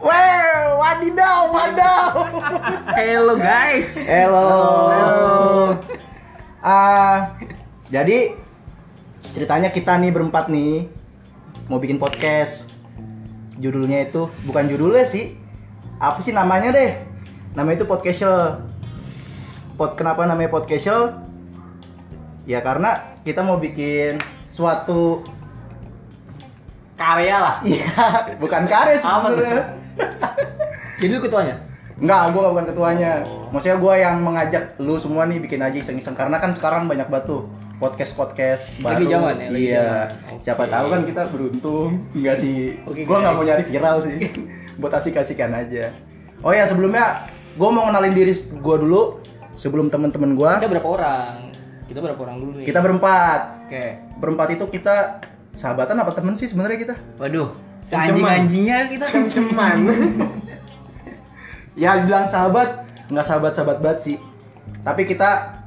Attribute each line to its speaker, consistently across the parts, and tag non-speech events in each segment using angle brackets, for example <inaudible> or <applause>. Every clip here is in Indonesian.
Speaker 1: Wow, wadidaw, wadaw.
Speaker 2: Hello guys.
Speaker 1: Hello. Ah, jadi ceritanya kita nih berempat nih mau bikin podcast. Judulnya itu bukan judulnya sih. Apa sih namanya deh? Namanya itu podcastel. Pod kenapa namanya podcastel? Ya karena kita mau bikin suatu <laughs>
Speaker 2: Karya lah.
Speaker 1: Iya, bukan karya sih
Speaker 2: Apa tuh?
Speaker 1: sebenarnya.
Speaker 2: Jadi lu ketuanya.
Speaker 1: Enggak, gue bukan ketuanya. Maksudnya gue yang mengajak lu semua nih bikin aja iseng-iseng karena kan sekarang banyak batu podcast podcast baru.
Speaker 2: Lagi zaman ya, lagi
Speaker 1: iya.
Speaker 2: zaman.
Speaker 1: Siapa
Speaker 2: Oke.
Speaker 1: tahu kan kita beruntung. Enggak sih.
Speaker 2: Oke,
Speaker 1: gue nggak
Speaker 2: guys.
Speaker 1: mau nyari viral
Speaker 2: <laughs>
Speaker 1: sih. Buat asik-asikan aja. Oh ya sebelumnya gue mau kenalin diri gue dulu sebelum temen-temen gue.
Speaker 2: Kita berapa orang? Kita berapa orang dulu nih?
Speaker 1: Kita berempat.
Speaker 2: Oke.
Speaker 1: Berempat itu kita sahabatan apa temen sih sebenarnya kita?
Speaker 2: Waduh.
Speaker 3: Cem-ceman.
Speaker 2: Anjing-anjingnya kita
Speaker 3: cem-ceman
Speaker 1: Ya bilang sahabat, nggak sahabat-sahabat banget sih. Tapi kita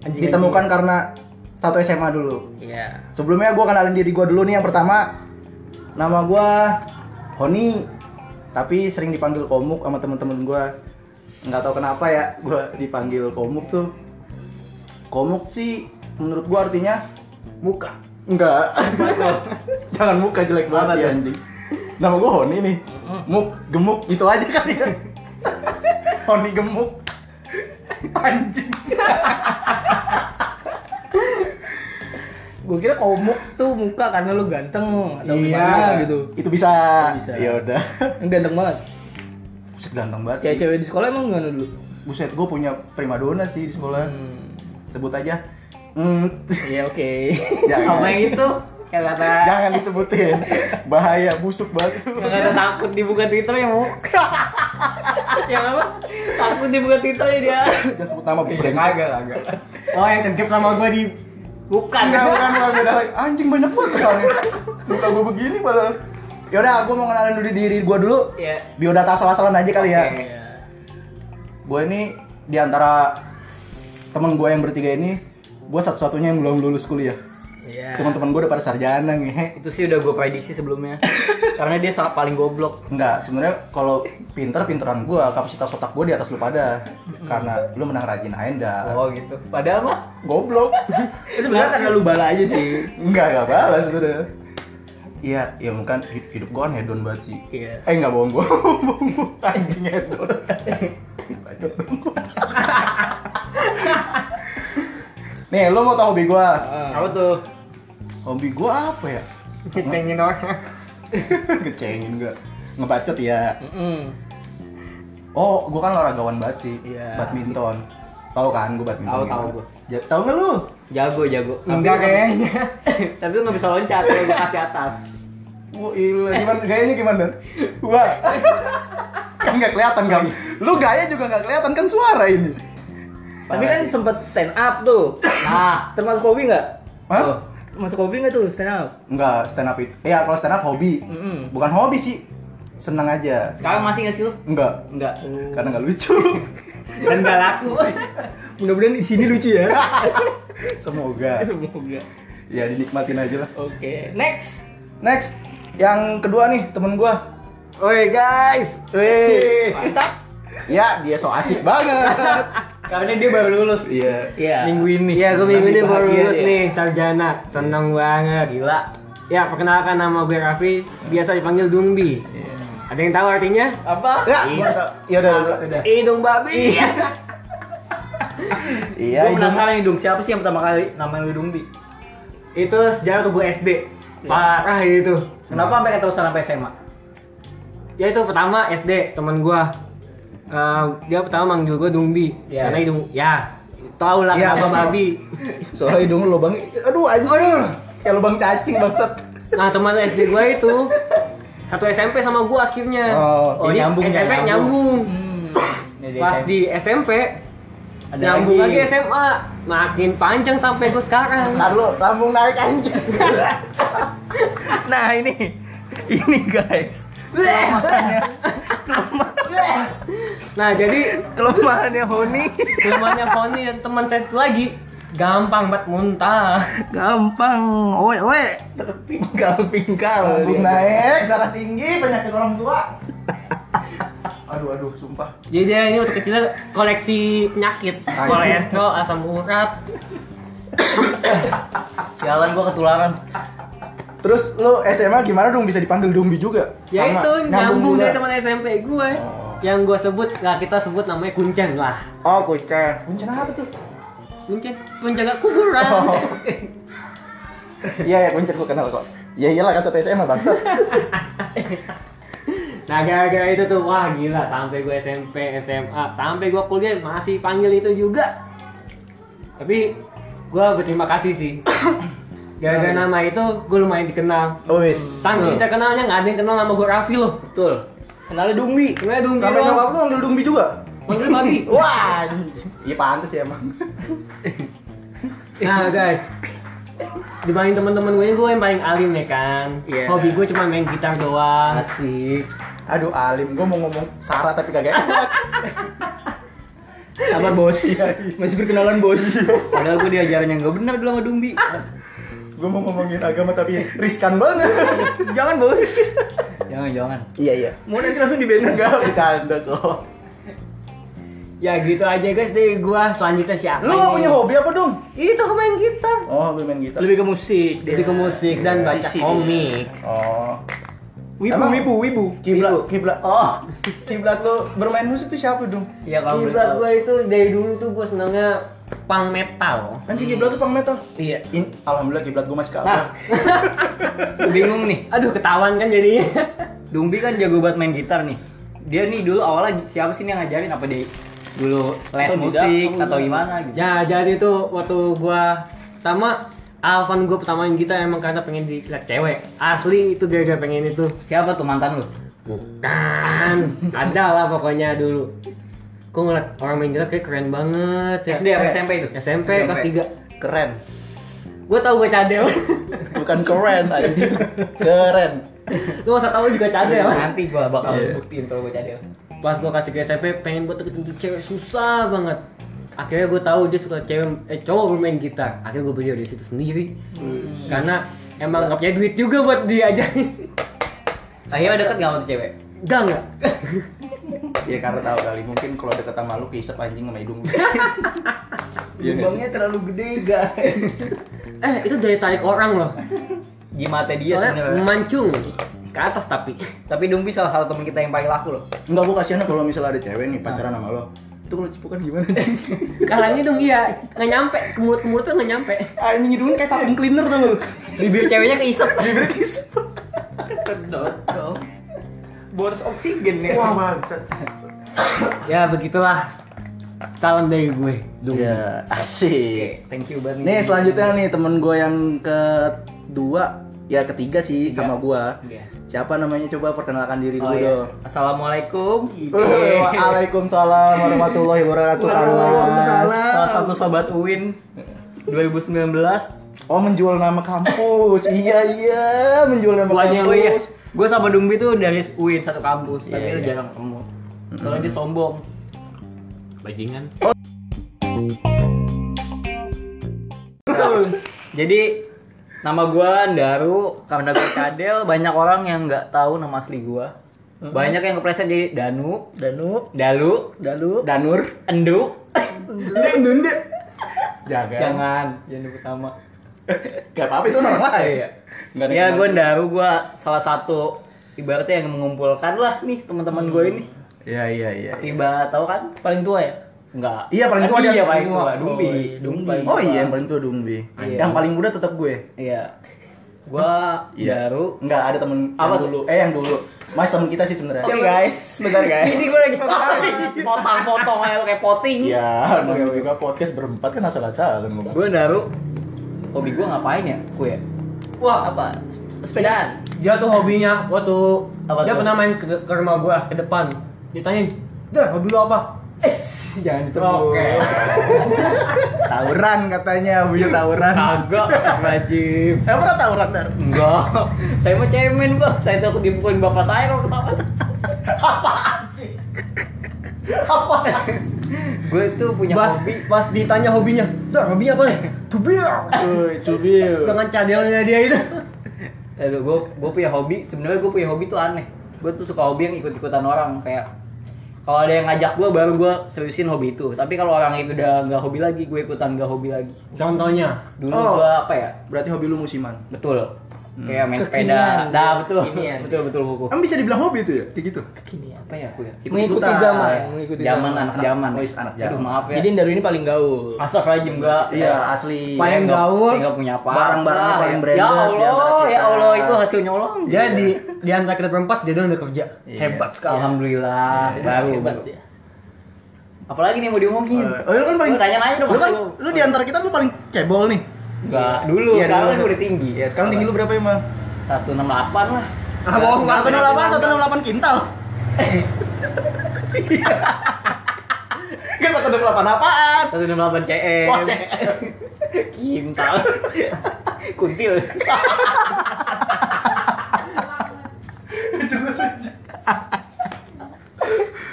Speaker 2: Anjing-anjing.
Speaker 1: ditemukan karena satu SMA dulu.
Speaker 2: <laughs> Iya.
Speaker 1: Sebelumnya gue kenalin diri gue dulu nih yang pertama nama gue Honi tapi sering dipanggil Komuk sama temen-temen gue nggak tahu kenapa ya gue dipanggil Komuk tuh Komuk sih menurut gue artinya
Speaker 3: muka
Speaker 1: enggak <laughs> jangan muka jelek banget ya anjing nama gue Honi nih
Speaker 2: Hmm.
Speaker 1: muk gemuk itu aja kali ya Honi gemuk anjing
Speaker 2: Gue kira komuk tuh muka karena lu ganteng atau gimana gitu.
Speaker 1: itu bisa,
Speaker 2: Itu bisa.
Speaker 1: ya udah
Speaker 2: Yang ganteng banget.
Speaker 1: Buset ganteng banget sih.
Speaker 2: Cewek-cewek di sekolah emang gimana dulu?
Speaker 1: Buset, gue punya primadona sih di sekolah.
Speaker 2: Hmm.
Speaker 1: Sebut aja. Mm,
Speaker 2: Iya oke. <laughs>
Speaker 1: Jangan.
Speaker 3: apa yang itu yang kata
Speaker 1: <laughs> Jangan disebutin. Bahaya, busuk banget tuh.
Speaker 3: yang kata takut dibuka twitter
Speaker 2: ya,
Speaker 3: yang
Speaker 2: <laughs>
Speaker 3: mau yang apa takut dibuka twitter ya dia
Speaker 1: Jangan sebut nama
Speaker 2: Iya,
Speaker 1: brengsek.
Speaker 3: Iya, kagak kagak oh yang cengkep sama gua di bukan
Speaker 1: Enggak, bukan, bukan, beda lagi. Anjing banyak banget kesannya. Muka gue begini padahal. Yaudah, gue mau kenalin dulu diri gue dulu.
Speaker 3: Iya.
Speaker 1: Biodata asal-asalan aja kali ya.
Speaker 3: Oke.
Speaker 2: Iya.
Speaker 1: Gue ini di antara temen gue yang bertiga ini, gue satu-satunya yang belum lulus kuliah.
Speaker 2: Iya.
Speaker 3: Nah.
Speaker 1: Teman-teman gue udah pada sarjana ngehe.
Speaker 3: itu sih udah gua prediksi
Speaker 2: <laughs>
Speaker 3: sebelumnya karena dia sangat paling goblok
Speaker 1: Enggak, sebenarnya kalau pinter pinteran gua, kapasitas otak gua di atas lu pada. Karena lu menang rajin aja enggak.
Speaker 3: oh gitu padahal mah
Speaker 1: Goblok. <laughs>
Speaker 2: Itu sebenarnya karena
Speaker 3: Iya.
Speaker 2: lu bala aja sih.
Speaker 1: enggak, enggak balas sebenarnya. Iya, ya bukan hid- hidup gua kan hedon banget sih.
Speaker 2: Iya.
Speaker 1: Eh enggak bohong gua. Bohong gua. <laughs> Anjing hedon. Bacot <laughs> dong gua. Nih, lu mau tau hobi gua?
Speaker 2: Ah.
Speaker 3: apa tuh
Speaker 1: Hobi gua apa ya? <laughs>
Speaker 3: cengin orang
Speaker 1: Ngecengin gua. Ngebacot ya.
Speaker 2: Mm-mm.
Speaker 1: Oh, gua kan olahragawan banget sih.
Speaker 2: Iya.
Speaker 1: Badminton. Tahu kan gua badminton.
Speaker 3: Tahu,
Speaker 1: gimana?
Speaker 3: tahu gua.
Speaker 1: Ja, tahu nggak lu?
Speaker 3: jago jago
Speaker 2: Enggak kayaknya.
Speaker 3: <laughs> tapi lu nggak bisa loncat kalau gua kasih atas
Speaker 1: Wah, gila. Gimana gayanya gimana? Wah. kan nggak kelihatan kan. Lu gaya juga nggak kelihatan kan suara ini.
Speaker 2: Tapi kan sempet stand up tuh.
Speaker 3: ah
Speaker 2: Termasuk hobi nggak?
Speaker 1: Hah?
Speaker 2: Tuh. Termasuk hobi nggak tuh stand up?
Speaker 1: Enggak, stand up itu. Iya, kalau stand up hobi.
Speaker 2: Mm-mm.
Speaker 1: Bukan hobi sih. Senang aja.
Speaker 3: sekarang masih nggak sih lu
Speaker 1: Enggak,
Speaker 3: enggak
Speaker 1: karena nggak <laughs> lucu.
Speaker 3: dan nggak laku
Speaker 2: Mudah-mudahan di sini lucu
Speaker 3: <laughs>
Speaker 2: ya. <laughs>
Speaker 1: Semoga.
Speaker 2: Semoga.
Speaker 1: Ya dinikmatin aja lah.
Speaker 2: Oke, next.
Speaker 1: Next, yang kedua nih temen gua.
Speaker 3: Oi guys
Speaker 1: Wih.
Speaker 3: mantap
Speaker 1: Ya, dia so asik banget.
Speaker 3: karena dia baru lulus
Speaker 1: Iya.
Speaker 2: Iya.
Speaker 3: minggu ini
Speaker 4: Iya, gue minggu ini baru
Speaker 2: Bahagia
Speaker 4: lulus
Speaker 2: dia.
Speaker 4: nih, sarjana. Seneng banget.
Speaker 3: gila
Speaker 4: Ya, perkenalkan nama gue Raffi, biasa dipanggil Dungbi. Ada yang tahu artinya?
Speaker 3: apa
Speaker 1: Ya, gua udah. Ya udah, udah,
Speaker 2: Iya.
Speaker 1: udah.
Speaker 4: Hidung babi.
Speaker 1: Iya,
Speaker 2: Ya,
Speaker 3: Gua
Speaker 1: hidung-
Speaker 3: penasaran hidung siapa sih yang pertama kali namanya hidung bi
Speaker 4: itu sejarah tubuh SD. Parah itu.
Speaker 2: Nah.
Speaker 3: kenapa sampai keterusan sampai SMA
Speaker 4: Ya itu pertama SD teman gue. Eh, dia pertama manggil gue Dungbi
Speaker 3: Iya.
Speaker 4: karena hidung ya tau lah
Speaker 1: Iya,
Speaker 4: kenapa
Speaker 1: tahu.
Speaker 4: babi
Speaker 1: Soalnya hidung lu lubang, aduh anjing. Aduh. Kayak lubang cacing bangsat.
Speaker 4: nah teman SD gue itu satu SMP sama gue akhirnya
Speaker 1: Oh,
Speaker 3: oh,
Speaker 4: jadi
Speaker 3: nyambung ya,
Speaker 4: SMP
Speaker 3: nyambung.
Speaker 4: nyambung.
Speaker 3: Jadi
Speaker 4: Pas
Speaker 3: SMA.
Speaker 4: di SMP
Speaker 3: Ada
Speaker 4: nyambung
Speaker 3: lagi.
Speaker 4: lagi. SMA makin panjang sampai gue sekarang.
Speaker 1: Ntar lu lambung naik anjing.
Speaker 2: <laughs> Nah, ini. Ini
Speaker 3: <laughs>
Speaker 2: guys.
Speaker 4: Nah jadi
Speaker 2: Kelemahannya Honi.
Speaker 4: Nah, temannya Foni dan teman saya satu lagi Gampang banget muntah.
Speaker 2: Gampang. Oe oe
Speaker 3: Nah,
Speaker 2: terpingkal-pingkal.
Speaker 1: <laughs> Lambung
Speaker 2: dia.
Speaker 1: naik, darah tinggi, penyakit orang <laughs> tua. aduh aduh sumpah.
Speaker 4: Jadi dia ini waktu kecil koleksi penyakit,
Speaker 3: Ah, iya.
Speaker 1: Tai.
Speaker 4: kolesterol, asam urat.
Speaker 3: Jalan gua ketularan.
Speaker 1: Terus lu SMA gimana dong bisa dipanggil Dumbi juga?
Speaker 4: Ya
Speaker 1: Sama,
Speaker 4: itu nyambung
Speaker 1: juga.
Speaker 4: dari teman SMP
Speaker 3: Oh.
Speaker 4: gue. Yang gue sebut lah kita sebut namanya kuncen lah.
Speaker 1: Oh, kucing. Kucing apa tuh?
Speaker 4: Kuncen penjaga kuburan.
Speaker 1: Oh. Iya ya, kucing gua kenal kok. Ya iyalah kan satu SMA bangsa. <laughs>
Speaker 4: Nah gara-gara itu tuh wah gila sampai gue SMP, SMA, sampai gue kuliah masih panggil itu juga. Tapi gue berterima kasih
Speaker 1: <coughs>
Speaker 4: sih. Gara-gara nama itu gue lumayan dikenal.
Speaker 1: Oh, Wis.
Speaker 4: Saking kita kenalnya nggak ada yang kenal nama gue Raffi loh.
Speaker 2: Betul.
Speaker 1: Kenalnya Dumbi.
Speaker 4: Kenalnya Dumbi
Speaker 1: Sampai
Speaker 4: doang.
Speaker 1: nyokap lu manggil Dumbi juga.
Speaker 4: Manggil
Speaker 1: <coughs>
Speaker 4: Babi.
Speaker 1: Wah. Iya pantas ya emang.
Speaker 4: Nah guys, dibanding teman-teman gue, gue yang paling alim ya kan.
Speaker 2: Iya.
Speaker 4: Hobi gue cuma main gitar doang.
Speaker 2: Asik.
Speaker 1: Aduh alim, gua mau ngomong Sarah tapi kagak enak.
Speaker 2: Sabar <laughs> bos. Masih berkenalan <laughs> bos.
Speaker 3: Padahal gua diajarin yang gak bener dulu sama Dumbi.
Speaker 1: gua mau ngomongin agama tapi riskan banget.
Speaker 2: Jangan bos.
Speaker 3: <laughs> Jangan jangan.
Speaker 1: iya iya.
Speaker 2: Mau nanti langsung di banner.
Speaker 1: Enggak bercanda kok.
Speaker 4: Ya gitu aja guys dari gue. Selanjutnya siapa?
Speaker 1: Lu gak
Speaker 4: nih?
Speaker 1: punya hobi apa dong?
Speaker 4: Itu gue main gitar.
Speaker 1: Oh, hobi main gitar.
Speaker 2: Lebih ke musik. dia.
Speaker 4: Jadi ke musik
Speaker 3: Iya.
Speaker 1: Iya.
Speaker 4: dan baca
Speaker 2: Sisi dia.
Speaker 4: komik.
Speaker 1: Oh.
Speaker 2: Wibu,
Speaker 1: Emang-
Speaker 2: wibu, wibu.
Speaker 1: Kiblat,
Speaker 4: Ibu.
Speaker 1: kiblat. Oh, kiblat lu bermain musik tuh siapa dong?
Speaker 3: Iya kamu
Speaker 4: Kiblat
Speaker 3: boleh tahu.
Speaker 4: gue itu dari dulu tuh gue senangnya punk metal.
Speaker 1: Anjing kiblat tuh Nah. pang metal.
Speaker 4: Iya.
Speaker 1: In, alhamdulillah kiblat gua masih kalah.
Speaker 3: Bingung nih.
Speaker 4: Aduh ketahuan kan jadinya. <laughs>
Speaker 3: Dumbi kan jago banget main gitar nih. Dia nih dulu awalnya siapa sih nih yang ngajarin apa dia dulu les
Speaker 2: Atau tidak,
Speaker 3: musik
Speaker 2: atau
Speaker 3: atau
Speaker 2: enggak.
Speaker 3: gimana gitu.
Speaker 4: Ya jadi itu waktu gua pertama alasan gua pertama main gitar emang karena pengen dilihat cewek. Asli itu gara-gara pengen itu.
Speaker 3: Siapa tuh mantan lu?
Speaker 4: Bukan. Ada lah pokoknya dulu. Gua ngeliat orang main gitar kayak keren banget ya.
Speaker 3: SD apa SMP itu?
Speaker 4: SMP, kelas
Speaker 1: Keren.
Speaker 4: 3. Gua tau gua cadel. <laughs>
Speaker 1: Bukan keren anjing. Keren.
Speaker 4: Lu masa tau lu juga cadel.
Speaker 3: Nanti gua bakal
Speaker 1: Iya.
Speaker 3: buktiin kalau gua cadel.
Speaker 4: Pas gua kasih ke SMP pengen gua deketin tuh cewek susah banget. Akhirnya gua tahu dia suka cewek eh cowok bermain gitar. Akhirnya gua beli dari situ sendiri. Karena emang nggak punya duit juga buat diajarin. <laughs>
Speaker 3: Akhirnya deket gak sama tuh
Speaker 1: Iya
Speaker 3: cewek?
Speaker 4: Enggak enggak.
Speaker 1: Ya karena tahu kali mungkin kalau deket sama lu kisep anjing sama <laughs> hidung. gua. Iya nggak sih?
Speaker 2: Lubangnya terlalu gede
Speaker 3: <laughs>
Speaker 2: guys.
Speaker 4: Eh itu daya tarik orang loh.
Speaker 3: Jimatnya dia
Speaker 4: Soalnya
Speaker 3: sebenarnya.
Speaker 4: memancung ke atas tapi.
Speaker 3: Tapi Dumbi salah satu temen kita yang paling laku loh.
Speaker 1: Enggak gua kasihan kalau misalnya ada cewek nih pacaran sama lo. Itu kalau cipukan gimana? anjing?
Speaker 4: Kalangnya dong iya nggak nyampe ke mulut ke mulut tuh nggak nyampe.
Speaker 1: Anjing
Speaker 2: kan
Speaker 1: hidungnya kayak vacuum cleaner tuh lu.
Speaker 3: Bibir ceweknya
Speaker 2: <laughs>
Speaker 3: keisep.
Speaker 2: Sedot dong. Boros oksigen ya.
Speaker 1: Wah, bangsat.
Speaker 4: Ya begitulah. Salam dari gue. Dung.
Speaker 1: Ya, asik.
Speaker 3: Thank you banget.
Speaker 1: Nih selanjutnya nih temen gue yang kedua ya ketiga sih
Speaker 3: Tiga.
Speaker 1: sama gua
Speaker 3: Iya.
Speaker 1: Siapa namanya coba perkenalkan diri
Speaker 3: Oh,
Speaker 1: dulu
Speaker 3: iya.
Speaker 1: dong.
Speaker 3: Assalamualaikum.
Speaker 1: Eh, Waalaikumsalam warahmatullahi wabarakatuh. Mas.
Speaker 3: Salah satu sobat Uin 2019.
Speaker 1: Oh menjual nama kampus. iya iya menjual nama
Speaker 3: Bukannya gue ya.
Speaker 1: kampus.
Speaker 3: Gue sama Dumbi tuh dari Uin satu kampus, tapi
Speaker 1: Iya,
Speaker 3: kita
Speaker 1: iya.
Speaker 3: jarang ketemu. Kalau dia sombong.
Speaker 4: Bajingan.
Speaker 3: Jadi nama gua Daru, karena
Speaker 1: <coughs>
Speaker 3: gue Kadel, banyak orang yang nggak tahu nama asli gua. Banyak yang kepleset jadi Danu,
Speaker 2: Danu,
Speaker 3: Dalu,
Speaker 2: Dalu.
Speaker 1: Danur.
Speaker 3: Endu.
Speaker 1: Dunduk. Jangan.
Speaker 3: Jangan, jangan nyebut nama.
Speaker 1: Gak apa-apa itu orang lain.
Speaker 3: Iya.
Speaker 1: Nggak ada
Speaker 3: Ya
Speaker 1: yang
Speaker 3: gue
Speaker 1: kenal.
Speaker 3: Daru gue salah satu ibaratnya yang mengumpulkan lah nih teman-teman gue ini.
Speaker 1: Iya iya iya.
Speaker 3: Tiba tahu kan?
Speaker 2: Paling tua ya?
Speaker 3: Enggak.
Speaker 1: Iya, paling tua dia.
Speaker 3: Iya paling tua.
Speaker 2: Oh,
Speaker 3: Dumbi.
Speaker 2: iya, Dumbi.
Speaker 3: Dumbi.
Speaker 1: Oh iya yang paling tua Dumbi.
Speaker 3: Iya.
Speaker 1: Yang paling muda tetap gue.
Speaker 3: Iya. Gue
Speaker 1: Iya.
Speaker 3: Daru.
Speaker 1: Enggak ada temen
Speaker 3: Apa Oh, iya.
Speaker 1: yang
Speaker 3: tuh?
Speaker 1: dulu. Eh yang dulu. Mas temen kita sih sebenarnya.
Speaker 2: Oke Iya, guys, sebentar guys.
Speaker 3: Ini gue lagi <laughs> potong-potong aja lo kayak poting.
Speaker 1: Iya, namanya juga podcast berempat kan asal-asalan ngomong.
Speaker 3: Gue Daru. Hobi gue ngapain ya? Kue.
Speaker 4: Wah
Speaker 3: Apa? Sepedaan.
Speaker 4: dia tuh hobinya waktu
Speaker 3: Apa
Speaker 4: dia
Speaker 3: tuh?
Speaker 4: pernah main ke, ke rumah gua ke depan. Ditanyain, "Dah, hobi lu apa?"
Speaker 3: Es, jangan disebut.
Speaker 4: Oke.
Speaker 1: Tawuran katanya, punya tawuran.
Speaker 3: Kagak, wajib.
Speaker 1: Emang pernah tawuran Dar?
Speaker 3: Enggak. Saya mau cemen, Bang. Saya takut dipukulin bapak saya kalau ketahuan.
Speaker 1: <laughs> Apaan sih? Apaan?
Speaker 3: gue tuh punya
Speaker 4: pas,
Speaker 3: hobi
Speaker 4: pas ditanya hobinya,
Speaker 2: Dah, hobinya apa nih? Tubir.
Speaker 1: Woi, cubil.
Speaker 2: Dengan cadelnya dia itu.
Speaker 3: Aduh, gue gue punya hobi. Sebenarnya gue punya hobi tuh aneh. Gue tuh suka hobi yang ikut-ikutan orang kayak kalau ada yang ngajak gue baru gue seriusin hobi itu. Tapi kalau orang itu udah nggak hobi lagi, gue ikutan nggak hobi lagi.
Speaker 4: Contohnya,
Speaker 3: Dulu
Speaker 1: Oh.
Speaker 3: gue apa ya?
Speaker 1: Berarti hobi lu musiman.
Speaker 3: Betul. Kayak main sepeda.
Speaker 2: Kekinian.
Speaker 3: Nah, betul.
Speaker 2: Kekinian.
Speaker 3: <laughs> Betul betul buku.
Speaker 1: Emang bisa dibilang hobi itu ya? Kayak gitu.
Speaker 2: Kini
Speaker 3: Apa ya aku ya?
Speaker 2: Mengikuti
Speaker 1: Ikut-ikutan.
Speaker 2: zaman, mengikuti
Speaker 3: zaman
Speaker 2: zaman.
Speaker 3: anak zaman.
Speaker 1: Anak- wis, anak
Speaker 3: Aduh,
Speaker 1: zaman.
Speaker 3: maaf ya.
Speaker 2: Jadi Daru ini paling gaul.
Speaker 3: Astagfirullahaladzim gua eh,
Speaker 1: Iya, asli.
Speaker 3: saya
Speaker 2: Paling
Speaker 3: nggak-
Speaker 2: gaul.
Speaker 3: Saya nggak punya apa.
Speaker 1: Barang-barangnya paling
Speaker 3: Ya
Speaker 1: branded di antara
Speaker 3: Allah,
Speaker 1: kita.
Speaker 3: ya Allah itu hasil nyolong.
Speaker 4: jadi di antara kita berempat dia udah kerja.
Speaker 1: Iya.
Speaker 4: Hebat sekali.
Speaker 3: Alhamdulillah, baru
Speaker 2: Iya, Hebat
Speaker 3: baru.
Speaker 2: dia.
Speaker 3: Apalagi nih mau diomongin?
Speaker 1: Oh, lu kan paling
Speaker 3: Lu tanya-tanya dong,
Speaker 1: Lu
Speaker 3: masa
Speaker 1: kan
Speaker 3: lu-
Speaker 1: lu di antara kita lu paling cebol nih.
Speaker 3: Enggak, dulu
Speaker 1: Iya,
Speaker 3: sekarang
Speaker 1: dulu.
Speaker 3: kan udah tinggi.
Speaker 1: Iya, sekarang tinggi lu berapa emang?
Speaker 3: 168 lah.
Speaker 4: Ah, bohong, Pak.
Speaker 1: 168, 168 kintal. Iya. <laughs> Kan 168 apaan?
Speaker 3: 168 CM.
Speaker 1: Wah, cek.
Speaker 3: Kintal. <laughs> Kuntil.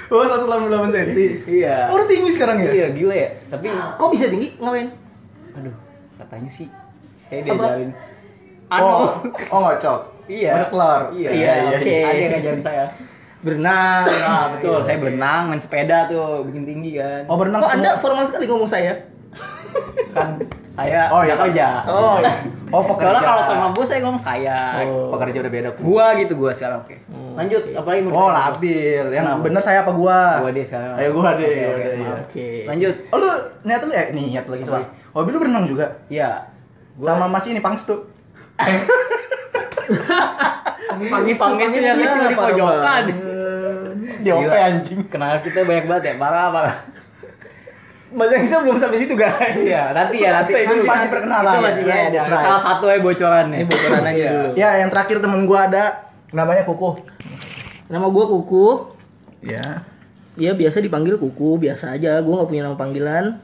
Speaker 1: Oh, 168 cm.
Speaker 3: Iya.
Speaker 1: Oh, udah tinggi sekarang ya?
Speaker 3: Iya, gila ya. Tapi
Speaker 2: Kok bisa tinggi ngapain?
Speaker 3: aduh, katanya sih saya
Speaker 2: Apa?
Speaker 3: diajarin.
Speaker 1: Oh,
Speaker 3: Ano.
Speaker 1: oh ngocok.
Speaker 3: Iya.
Speaker 1: Banyak telur.
Speaker 3: Anu. Iya.
Speaker 2: Iya, oke.
Speaker 3: Ada yang ngajarin saya.
Speaker 2: Berenang.
Speaker 3: Nah, betul. Saya berenang, main sepeda tuh, bikin tinggi kan.
Speaker 1: Oh, berenang.
Speaker 2: Kok
Speaker 1: semua-
Speaker 2: Anda formal sekali ngomong saya?
Speaker 3: kan saya
Speaker 1: Oh,
Speaker 3: udah
Speaker 1: iya.
Speaker 3: kerja.
Speaker 2: Oh.
Speaker 1: Oh, pekerja.
Speaker 3: Soalnya kalau sama bos saya ngomong saya.
Speaker 2: Oh.
Speaker 1: pekerja udah beda. Ku.
Speaker 3: Gua gitu gua sekarang oke. Lanjut, apalagi mau
Speaker 1: Oh, labil. Yang
Speaker 3: Kenapa?
Speaker 1: bener saya apa gua?
Speaker 3: Gua deh sekarang.
Speaker 1: Ayo gua deh.
Speaker 3: Oke, oke,
Speaker 1: udah, iya.
Speaker 3: maaf.
Speaker 2: Oke.
Speaker 3: Lanjut.
Speaker 1: Oh, lu niat lu eh niat lagi sorry. Hobi lu berenang juga?
Speaker 3: Iya.
Speaker 1: Sama Mas ini Pangs tuh.
Speaker 3: Panggil panggil
Speaker 2: Pangis
Speaker 3: itu yang
Speaker 2: tuh
Speaker 3: itu di
Speaker 2: kenapa
Speaker 3: pojokan.
Speaker 1: Di OP
Speaker 3: Gila.
Speaker 1: anjing.
Speaker 3: Kenal kita banyak banget ya, parah parah.
Speaker 2: Masa kita belum sampai situ, guys.
Speaker 3: Iya, nanti ya, nanti
Speaker 1: Nanti
Speaker 3: dulu.
Speaker 1: masih perkenalan.
Speaker 3: Itu masih
Speaker 1: Iya,
Speaker 3: perkenalan.
Speaker 1: that's right.
Speaker 3: Salah satu ya bocorannya.
Speaker 2: Ini bocoran aja
Speaker 3: Iya.
Speaker 2: dulu.
Speaker 1: Ya, yang terakhir temen gua ada namanya Kuku.
Speaker 2: Nama gua Kuku.
Speaker 1: Ya.
Speaker 2: Iya, biasa dipanggil Kuku, biasa aja. Gua nggak punya nama panggilan.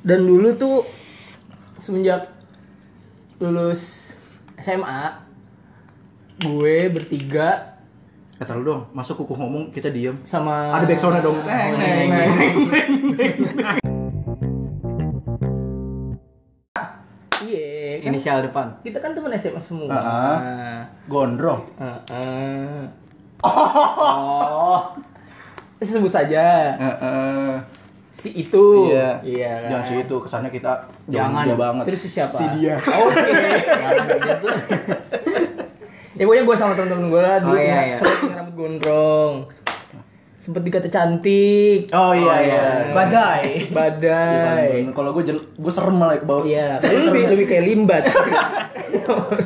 Speaker 2: Dan dulu tuh semenjak lulus SMA gue bertiga
Speaker 1: Kata lu dong, masuk Kuku ngomong kita diem.
Speaker 2: sama
Speaker 1: Ada back soundnya dong.
Speaker 2: Neng, neng, neng. Iya, kan
Speaker 3: Inisial depan.
Speaker 2: kita kan teman SMA semua.
Speaker 1: Heeh. Gondrong. <laughs>
Speaker 2: Heeh.
Speaker 3: Oh.
Speaker 2: Sebut saja
Speaker 1: Heeh.
Speaker 2: si itu.
Speaker 1: Iya.
Speaker 2: kan?
Speaker 1: Jangan sih itu kesannya kita
Speaker 3: Jangan.
Speaker 1: dia banget.
Speaker 2: Terus si siapa?
Speaker 1: si dia.
Speaker 2: Oh, iya. ya pokoknya gue sama temen-temen gue lah dulu
Speaker 3: Oh, iya, iya.
Speaker 2: sempet punya rambut gondrong sempet dikata cantik
Speaker 1: Oh iya iya.
Speaker 4: Badai.
Speaker 2: <laughs> badai
Speaker 1: Bukan, Kalau gue gue serem malah ke bawah.
Speaker 2: iya tapi lebih lebih kayak limbat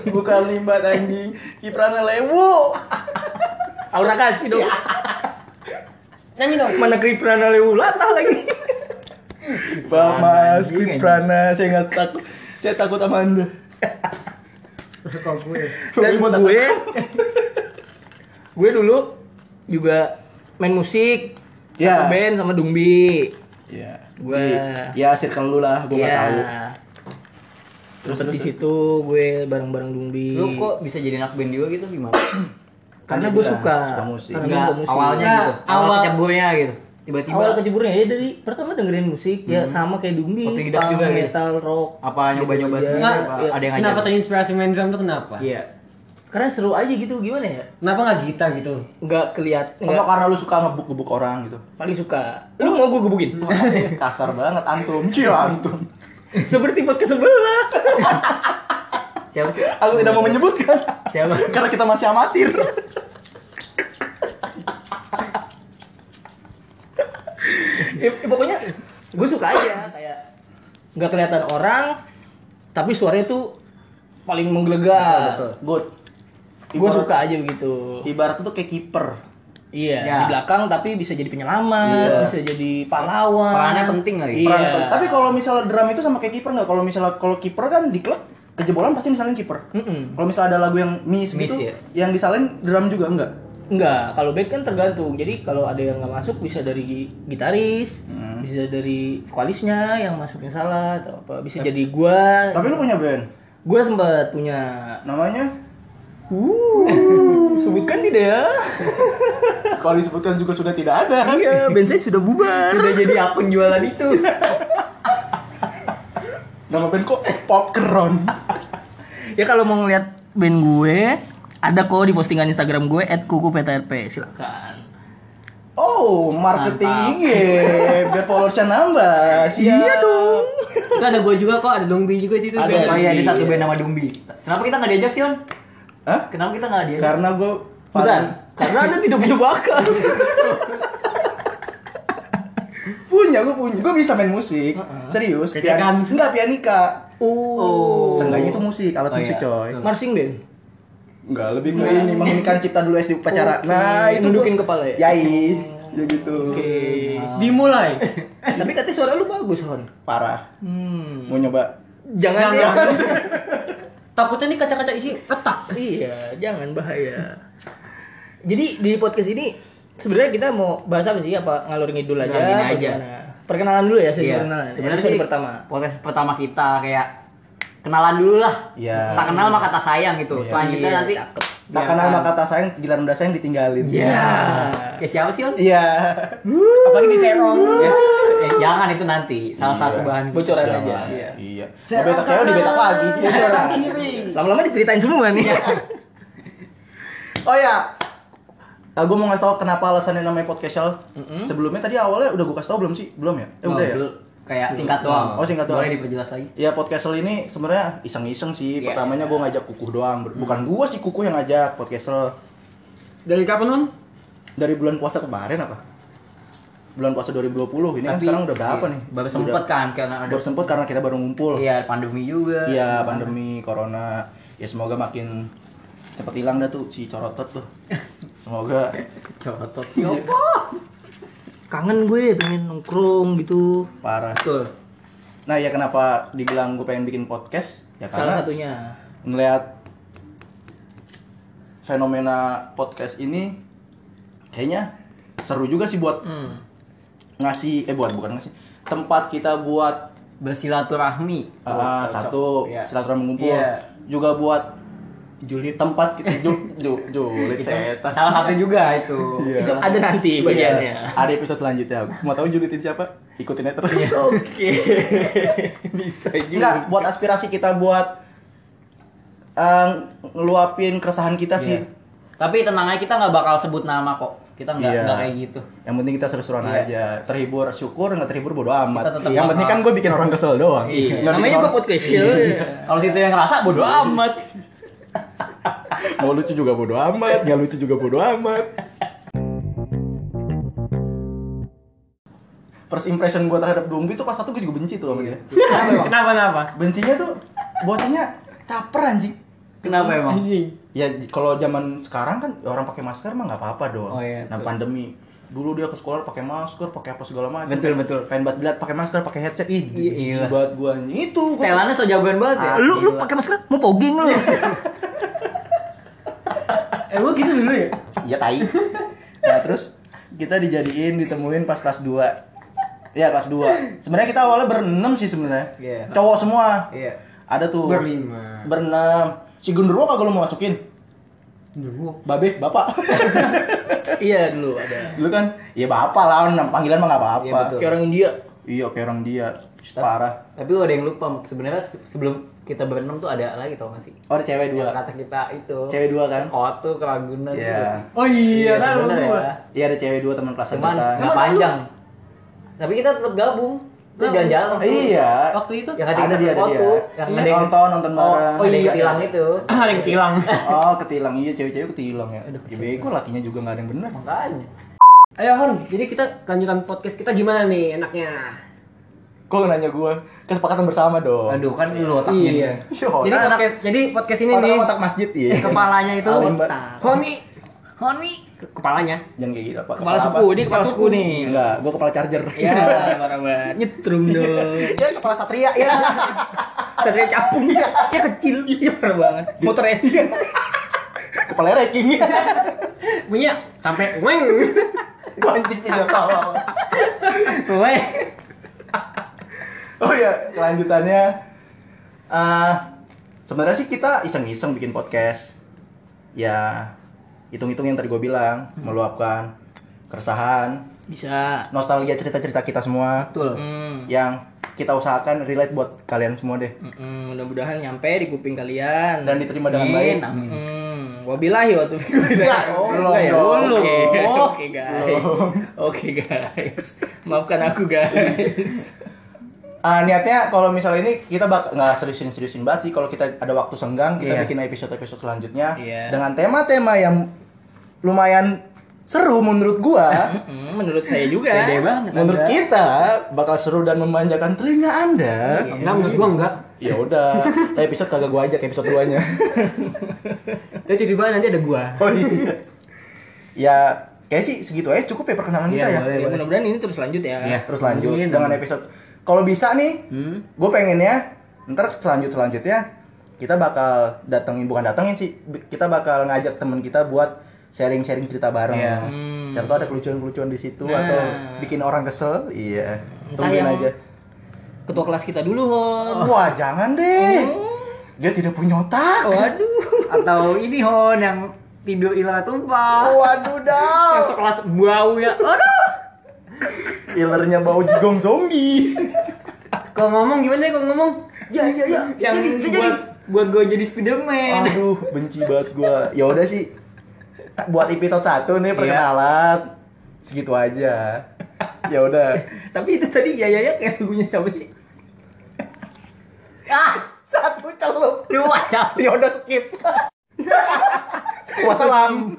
Speaker 1: Bukan limbat anjing, kiprana lewu.
Speaker 2: aura kasih dong nyanyi dong mana kriprana lewulatah lagi
Speaker 1: Pak Mas,
Speaker 3: anjing,
Speaker 1: kiprana saya nggak takut. Saya takut sama Anda.
Speaker 2: <laughs> dan
Speaker 1: Gue Iya.
Speaker 2: gue <laughs> gue dulu juga main musik
Speaker 1: Iya.
Speaker 2: sama band sama Dumbi
Speaker 1: Iya.
Speaker 2: Gua-
Speaker 1: Di- Ya circle lu lah, gue nggak
Speaker 2: Iya.
Speaker 1: tahu.
Speaker 2: Terus di situ gue bareng-bareng Dumbi.
Speaker 3: Lu kok bisa jadi anak band juga gitu gimana?
Speaker 2: Karena
Speaker 1: Kan
Speaker 2: gue
Speaker 1: dia
Speaker 2: suka.
Speaker 1: bilang, suka musik.
Speaker 2: Karena gue
Speaker 3: Enggak,
Speaker 2: suka musik.
Speaker 3: awalnya
Speaker 4: Nah,
Speaker 3: gitu. Awal
Speaker 4: awal-
Speaker 3: kecaburnya gitu. Tiba-tiba
Speaker 2: awal kejeburnya ya dari pertama dengerin musik ya sama kayak Dumbi.
Speaker 3: Otodidak
Speaker 2: punk,
Speaker 3: juga gitu.
Speaker 2: metal rock.
Speaker 3: apa nyoba-nyoba
Speaker 2: Gitu aja.
Speaker 3: sendiri
Speaker 4: Enggak,
Speaker 3: apa Iya, ada yang
Speaker 4: Kenapa
Speaker 3: ngajarin?
Speaker 4: terinspirasi main drum tuh kenapa?
Speaker 2: Iya. Karena seru aja gitu gimana ya?
Speaker 4: Kenapa nggak gitar gitu?
Speaker 2: Nggak kelihatan.
Speaker 1: Apa karena lu suka ngebuk-ngebuk orang gitu?
Speaker 2: Paling suka. Lu mau gue gebukin?
Speaker 3: <laughs>
Speaker 1: Kasar banget antum. Cia antum.
Speaker 2: Seperti buat ke sebelah.
Speaker 3: Siapa sih?
Speaker 1: Aku tidak mau menyebutkan <laughs>
Speaker 3: Siapa?
Speaker 1: karena kita masih amatir.
Speaker 2: ya, ya pokoknya gue suka aja kayak nggak kelihatan orang tapi suaranya tuh paling menggelegar.
Speaker 1: Good.
Speaker 2: Gue suka aja begitu.
Speaker 1: Ibarat itu kayak kiper.
Speaker 2: Iya,
Speaker 3: Ya.
Speaker 2: di belakang tapi bisa jadi penyelamat,
Speaker 1: Iya.
Speaker 2: bisa jadi pahlawan.
Speaker 3: Perannya penting kali.
Speaker 2: Iya.
Speaker 1: Peran- Tapi kalau misalnya drum itu sama kayak kiper nggak? Kalau misalnya kalau kiper kan di klub kejebolan pasti misalnya kiper.
Speaker 2: Mm-mm.
Speaker 1: Kalau misalnya ada lagu yang miss,
Speaker 3: Miss,
Speaker 1: gitu,
Speaker 3: ya?
Speaker 1: yang disalin drum juga enggak?
Speaker 2: Enggak, kalau band kan tergantung. Jadi kalau ada yang nggak masuk bisa dari gi- gitaris, bisa dari vokalisnya yang masuknya salah atau apa. Bisa jadi gua.
Speaker 1: Tapi lu punya band,
Speaker 2: Gua sempat punya
Speaker 1: namanya?
Speaker 2: <laughs> Uh, sebutkan tidak ya?
Speaker 1: <laughs> kalau disebutkan juga sudah tidak ada.
Speaker 2: Iya, band saya sudah bubar.
Speaker 3: Sudah jadi akun jualan itu.
Speaker 1: Nama band kok Popcorn.
Speaker 2: ya kalau mau ngeliat band gue ada kok di postingan Instagram gue @kuku_ptrp silakan.
Speaker 1: Oh, marketing ya, biar followersnya nambah. Siap. Iya dong.
Speaker 4: itu ada gue juga kok ada Dongbi juga sih itu
Speaker 3: Ada,
Speaker 4: band.
Speaker 3: oh iya, ada
Speaker 4: Iya.
Speaker 3: satu band nama Dumbi. Kenapa kita nggak diajak sih, On?
Speaker 1: Hah?
Speaker 3: Kenapa kita nggak diajak?
Speaker 1: Karena gue
Speaker 2: Bukan, karena anda tidak punya
Speaker 3: <laughs>
Speaker 2: bakat.
Speaker 1: punya, gue punya. Gue bisa main musik. Serius.
Speaker 4: Kejakan.
Speaker 1: Pian- Enggak pianika.
Speaker 2: Oh,
Speaker 1: Seenggaknya itu musik, alat
Speaker 3: Oh,
Speaker 1: musik
Speaker 3: iya.
Speaker 1: coy.
Speaker 2: marching band.
Speaker 1: Enggak, lebih ke ini menginginkan cipta dulu SD upacara.
Speaker 2: Oke.
Speaker 1: Nah, itu gua-
Speaker 2: Nundukin kepala ya?
Speaker 1: Yai. Ya gitu.
Speaker 4: dimulai
Speaker 2: Eh, tapi katanya suara lu bagus, Hon.
Speaker 1: Parah.
Speaker 2: Hmm.
Speaker 1: Mau nyoba?
Speaker 2: Jangan,
Speaker 4: Jangan.
Speaker 2: deh.
Speaker 4: takutnya nih kaca-kaca isi retak
Speaker 2: iya, jangan bahaya. Jadi di podcast ini sebenarnya kita mau bahas apa sih? Apa ngalur ngidul aja?
Speaker 3: Ngalurin
Speaker 2: apa
Speaker 3: aja.
Speaker 2: gimana? Perkenalan dulu ya, saya
Speaker 3: Iya.
Speaker 2: perkenalan.
Speaker 3: Sebenarnya
Speaker 2: Episode
Speaker 3: sih
Speaker 2: pertama.
Speaker 3: Podcast pertama kita kayak kenalan dulu lah.
Speaker 1: Iya.
Speaker 3: Tak kenal maka tak sayang gitu. Selanjutnya
Speaker 2: Iya,
Speaker 3: nanti
Speaker 2: cakep.
Speaker 3: Ya.
Speaker 1: Tak kenal maka tak sayang, giliran udah sayang ditinggalin.
Speaker 2: Iya.
Speaker 3: Kayak siapa sih, On?
Speaker 1: Iya.
Speaker 4: apalagi di serong
Speaker 3: Ya. Eh, jangan itu nanti salah satu bahan
Speaker 1: Eh,
Speaker 2: Bocoran
Speaker 3: Jangan.
Speaker 2: aja.
Speaker 3: Iya.
Speaker 1: Iya. Mau betak cewek dibetak lagi.
Speaker 4: Serong kiri
Speaker 2: Lama-lama diceritain semua nih.
Speaker 1: Oh ya. gue mau ngasih tau kenapa alasannya namanya podcastal. Sebelumnya tadi awalnya udah gue kasih tau belum sih? Belum ya? Eh,
Speaker 3: Oh,
Speaker 1: udah ya?
Speaker 3: dulu Kayak singkat doang.
Speaker 1: Oh, singkat doang.
Speaker 3: Boleh diperjelas lagi.
Speaker 1: Ya podcastal ini sebenarnya iseng-iseng sih.
Speaker 3: Iya.
Speaker 1: Pertamanya gue ngajak kukuh doang. Bukan gue sih kukuh yang ngajak podcastal.
Speaker 4: dari kapan non
Speaker 1: Dari bulan puasa kemarin apa? Bulan puasa 2020 ini kan
Speaker 3: Tapi-
Speaker 1: sekarang udah berapa
Speaker 3: iya.
Speaker 1: nih?
Speaker 3: Baru
Speaker 1: Udah-
Speaker 3: sempet kan karena ada
Speaker 1: Baru sempet karena kita baru ngumpul.
Speaker 3: iya pandemi juga.
Speaker 1: Iya, pandemi corona. Ya semoga makin cepet hilang dah tuh si corotot tuh. Semoga.
Speaker 3: Corotot.
Speaker 2: <laughs> Kangen gue pengen nongkrong gitu.
Speaker 1: Parah.
Speaker 3: Betul.
Speaker 1: Nah, ya kenapa dibilang gue pengen bikin podcast? Ya
Speaker 2: Salah
Speaker 1: karena
Speaker 2: satunya.
Speaker 1: ngelihat fenomena podcast ini kayaknya seru juga sih buat
Speaker 2: Hmm.
Speaker 1: ngasih eh buat bukan ngasih tempat kita buat
Speaker 3: Bersilaturahmi.
Speaker 1: ah, satu
Speaker 3: Iya.
Speaker 1: silaturahmi mengumpul
Speaker 3: Iya.
Speaker 1: juga buat julid tempat kita ju, ju, julid
Speaker 3: Itu
Speaker 1: setan.
Speaker 3: salah
Speaker 1: <laughs>
Speaker 3: satu juga itu.
Speaker 1: Iya.
Speaker 3: Itu
Speaker 2: Ada nanti
Speaker 3: Iya.
Speaker 2: bagiannya.
Speaker 1: Ada episode selanjutnya. Mau tahu julidin siapa? Ikutin aja terus.
Speaker 2: Oke. Bisa
Speaker 1: Enggak,
Speaker 2: juga.
Speaker 1: buat aspirasi kita buat eh, ngeluapin keresahan kita sih.
Speaker 3: Iya. Tapi tenang aja kita nggak bakal sebut nama kok. Kita nggak
Speaker 1: Iya.
Speaker 3: nggak kayak gitu.
Speaker 1: Yang penting kita seru-seruan
Speaker 3: Iya.
Speaker 1: aja. Terhibur, syukur, nggak terhibur bodo
Speaker 3: Kita
Speaker 1: amat. Yang
Speaker 3: tetap bakal-
Speaker 1: penting kan gue bikin orang kesel doang.
Speaker 3: Iya.
Speaker 1: Nggak
Speaker 2: Namanya
Speaker 1: bikin
Speaker 2: juga
Speaker 1: orang-
Speaker 2: podcast show.
Speaker 3: Kalau situ yang ngerasa bodo amat.
Speaker 1: Mau lucu juga bodo amat, nggak lucu juga bodo amat. First impression gue terhadap Dumbi tuh pas satu gue juga benci tuh sama dia.
Speaker 4: kenapa kenapa
Speaker 1: Bencinya tuh bocahnya caper anjing.
Speaker 3: Kenapa emang?
Speaker 4: anjing
Speaker 1: Ya kalau zaman sekarang kan orang pakai masker mah nggak apa-apa dong.
Speaker 3: Oh, iya,
Speaker 1: nah
Speaker 3: betul.
Speaker 1: pandemi dulu dia ke sekolah pakai masker, pakai apa segala macam.
Speaker 3: Betul, betul.
Speaker 1: Pengen banget dilihat pakai masker, pakai headset. Ih,
Speaker 3: Iya,
Speaker 1: jijik
Speaker 3: iya.
Speaker 1: banget gua anjing. Itu. gua- <laughs>
Speaker 3: Setelannya so jagoan banget ya.
Speaker 1: Ah,
Speaker 2: Lu lu
Speaker 3: Gila.
Speaker 2: pakai masker mau poging lu.
Speaker 4: eh gua gitu dulu ya
Speaker 1: Iya tai. Nah, terus kita dijadiin ditemuin pas kelas 2. Iya, kelas 2. Sebenarnya kita awalnya berenam sih sebenarnya.
Speaker 3: Iya.
Speaker 1: Cowok semua.
Speaker 3: Iya.
Speaker 1: Ada tuh
Speaker 4: berlima
Speaker 1: berenam. Si Gundurwo kagak lu mau masukin?
Speaker 4: dulu
Speaker 1: Babe, bapak. <laughs>
Speaker 2: Iya dulu ada.
Speaker 1: Dulu kan, ya bapak lah, nam- panggilan mah nggak apa-apa.
Speaker 3: Iya, betul.
Speaker 2: Kayak orang India.
Speaker 1: Iya, kayak orang dia parah.
Speaker 3: Tapi lu ada yang lupa, Mok. sebenarnya se- sebelum kita berenam tuh ada lagi tau gak sih?
Speaker 1: Oh, ada cewek
Speaker 3: Yang
Speaker 1: dua.
Speaker 3: kata kita itu.
Speaker 1: Cewek dua kan?
Speaker 3: Kotu, keragunan
Speaker 1: Iya.
Speaker 3: gitu sih.
Speaker 4: oh
Speaker 2: nah,
Speaker 4: iya
Speaker 3: Iya,
Speaker 4: tahu
Speaker 3: bener
Speaker 4: gua
Speaker 3: ya.
Speaker 1: Iya, ada cewek dua teman kelas
Speaker 3: Cuman
Speaker 1: kita.
Speaker 3: nggak
Speaker 4: Emang
Speaker 3: panjang. Tapi kita tetap gabung. Kita
Speaker 4: Kenapa?
Speaker 3: jalan-jalan Ya, waktu itu.
Speaker 1: Iya.
Speaker 4: waktu itu
Speaker 3: Oh, Yang kata
Speaker 1: Ada
Speaker 3: kita
Speaker 1: dia,
Speaker 3: ke
Speaker 1: ada dia.
Speaker 3: Kotu, yang
Speaker 1: Iya,
Speaker 3: ada yang-
Speaker 1: nonton, nonton
Speaker 3: Oh,
Speaker 1: bareng.
Speaker 3: Oh,
Speaker 4: Ada yang
Speaker 3: iya,
Speaker 4: ketilang.
Speaker 3: hilang itu.
Speaker 4: Ah, ada yang ketilang
Speaker 1: Oh, ketilang. Iya, cewek-cewek ketilang ya. Ya bego lakinya juga nggak ada yang benar.
Speaker 3: Makanya.
Speaker 4: ayo Hon jadi kita lanjutan podcast kita gimana nih enaknya
Speaker 1: Kok nanya gue? Kesepakatan bersama dong. <laughs>
Speaker 3: Aduh kan lu otaknya.
Speaker 4: iya
Speaker 1: Sure.
Speaker 4: jadi podcast jadi podcast ini nih
Speaker 1: Otak-otak masjid
Speaker 3: <laughs>
Speaker 1: iya.
Speaker 4: kepalanya itu
Speaker 1: Alim, Mbak.
Speaker 4: Honi Honi kepalanya
Speaker 1: Jangan kayak gitu, Pak.
Speaker 2: Kepala suku, dia kepala suku nih.
Speaker 1: Enggak, gua kepala charger.
Speaker 2: Ya,
Speaker 3: Iya.
Speaker 2: parah banget. Nyetrum dong.
Speaker 1: <laughs> Dia kepala satria ya.
Speaker 2: Satria capung ya, ya kecil, ya parah banget. Motor es.
Speaker 1: <laughs> kepala ranking. <laughs>
Speaker 4: punya sampai weng
Speaker 1: Anjing tidak tahu.
Speaker 4: weng
Speaker 1: Oh ya, kelanjutannya eh sebenarnya sih kita iseng-iseng bikin podcast. Ya, hitung-hitung yang tadi gue bilang,
Speaker 2: Hmm.
Speaker 1: meluapkan keresahan,
Speaker 2: Bisa.
Speaker 1: nostalgia cerita-cerita kita semua
Speaker 3: Betul.
Speaker 2: Hmm.
Speaker 1: yang kita usahakan relate buat kalian semua deh.
Speaker 2: Mm-mm, mudah-mudahan nyampe di kuping kalian
Speaker 1: Dan diterima dengan baik.
Speaker 2: Hmm. Amin. Mm, wabillahi wa taufiq walhidayah.
Speaker 1: oh, belum
Speaker 2: enggak ya?
Speaker 1: dong.
Speaker 2: Belum. Oke,
Speaker 1: Belum.
Speaker 2: guys. Oke guys. Maafkan aku guys.
Speaker 1: Ah, niatnya kalau misalnya ini kita bak nggak seriusin-seriusin banget sih kalau kita ada waktu senggang kita
Speaker 3: Iya.
Speaker 1: bikin episode-episode selanjutnya
Speaker 2: Iya.
Speaker 1: dengan tema-tema yang lumayan seru menurut
Speaker 2: <laughs>
Speaker 1: gua.
Speaker 2: Mm, menurut saya juga.
Speaker 3: Pede banget.
Speaker 1: menurut kita bakal seru dan memanjakan telinga Anda.
Speaker 4: Enggak Nah, menurut gua enggak.
Speaker 1: Ya udah, episode kagak gua ajak episode 2-nya.
Speaker 4: Dia jadi banget nanti ada gua.
Speaker 1: oh iya. Ya, kayak sih segitu aja cukup ya perkenalan
Speaker 4: Iya,
Speaker 1: kita ya.
Speaker 4: boleh.
Speaker 2: Ya, mudah-mudahan ini terus lanjut ya.
Speaker 3: Iya.
Speaker 1: Terus lanjut
Speaker 4: Mungkin.
Speaker 1: dengan episode kalau bisa nih
Speaker 3: Hmm.
Speaker 1: gue pengennya ya, ntar selanjut selanjutnya kita bakal datengin bukan datengin sih bi- kita bakal ngajak temen kita buat sharing sharing cerita bareng
Speaker 3: Iya.
Speaker 2: Hmm.
Speaker 1: Siapa tahu ada kelucuan kelucuan di situ
Speaker 2: Nah.
Speaker 1: atau bikin orang kesel iya
Speaker 2: Entah
Speaker 1: tungguin
Speaker 2: yang Oh.
Speaker 1: aja
Speaker 2: Ketua kelas kita dulu, Hon.
Speaker 1: wah jangan deh
Speaker 2: Oh.
Speaker 1: dia tidak punya otak
Speaker 3: Waduh. Atau ini Hon yang tidur ilah tumpah.
Speaker 1: waduh dah
Speaker 3: Yang sekelas bau ya. Aduh.
Speaker 1: ilernya bau jigong
Speaker 2: <laughs>
Speaker 1: zombie
Speaker 4: Kalau ngomong gimana ya kalau ngomong?
Speaker 1: ya ya ya
Speaker 3: Yang buat buat gue jadi Spiderman.
Speaker 2: Oh.
Speaker 1: aduh benci banget gua ya udah sih buat episode satu
Speaker 2: Iya.
Speaker 1: nih perkenalan segitu aja ya udah
Speaker 2: Tapi itu tadi ya ya ya kayak lagunya siapa sih?
Speaker 1: ah satu celup
Speaker 2: Lu wajah.
Speaker 1: ya udah skip wassalam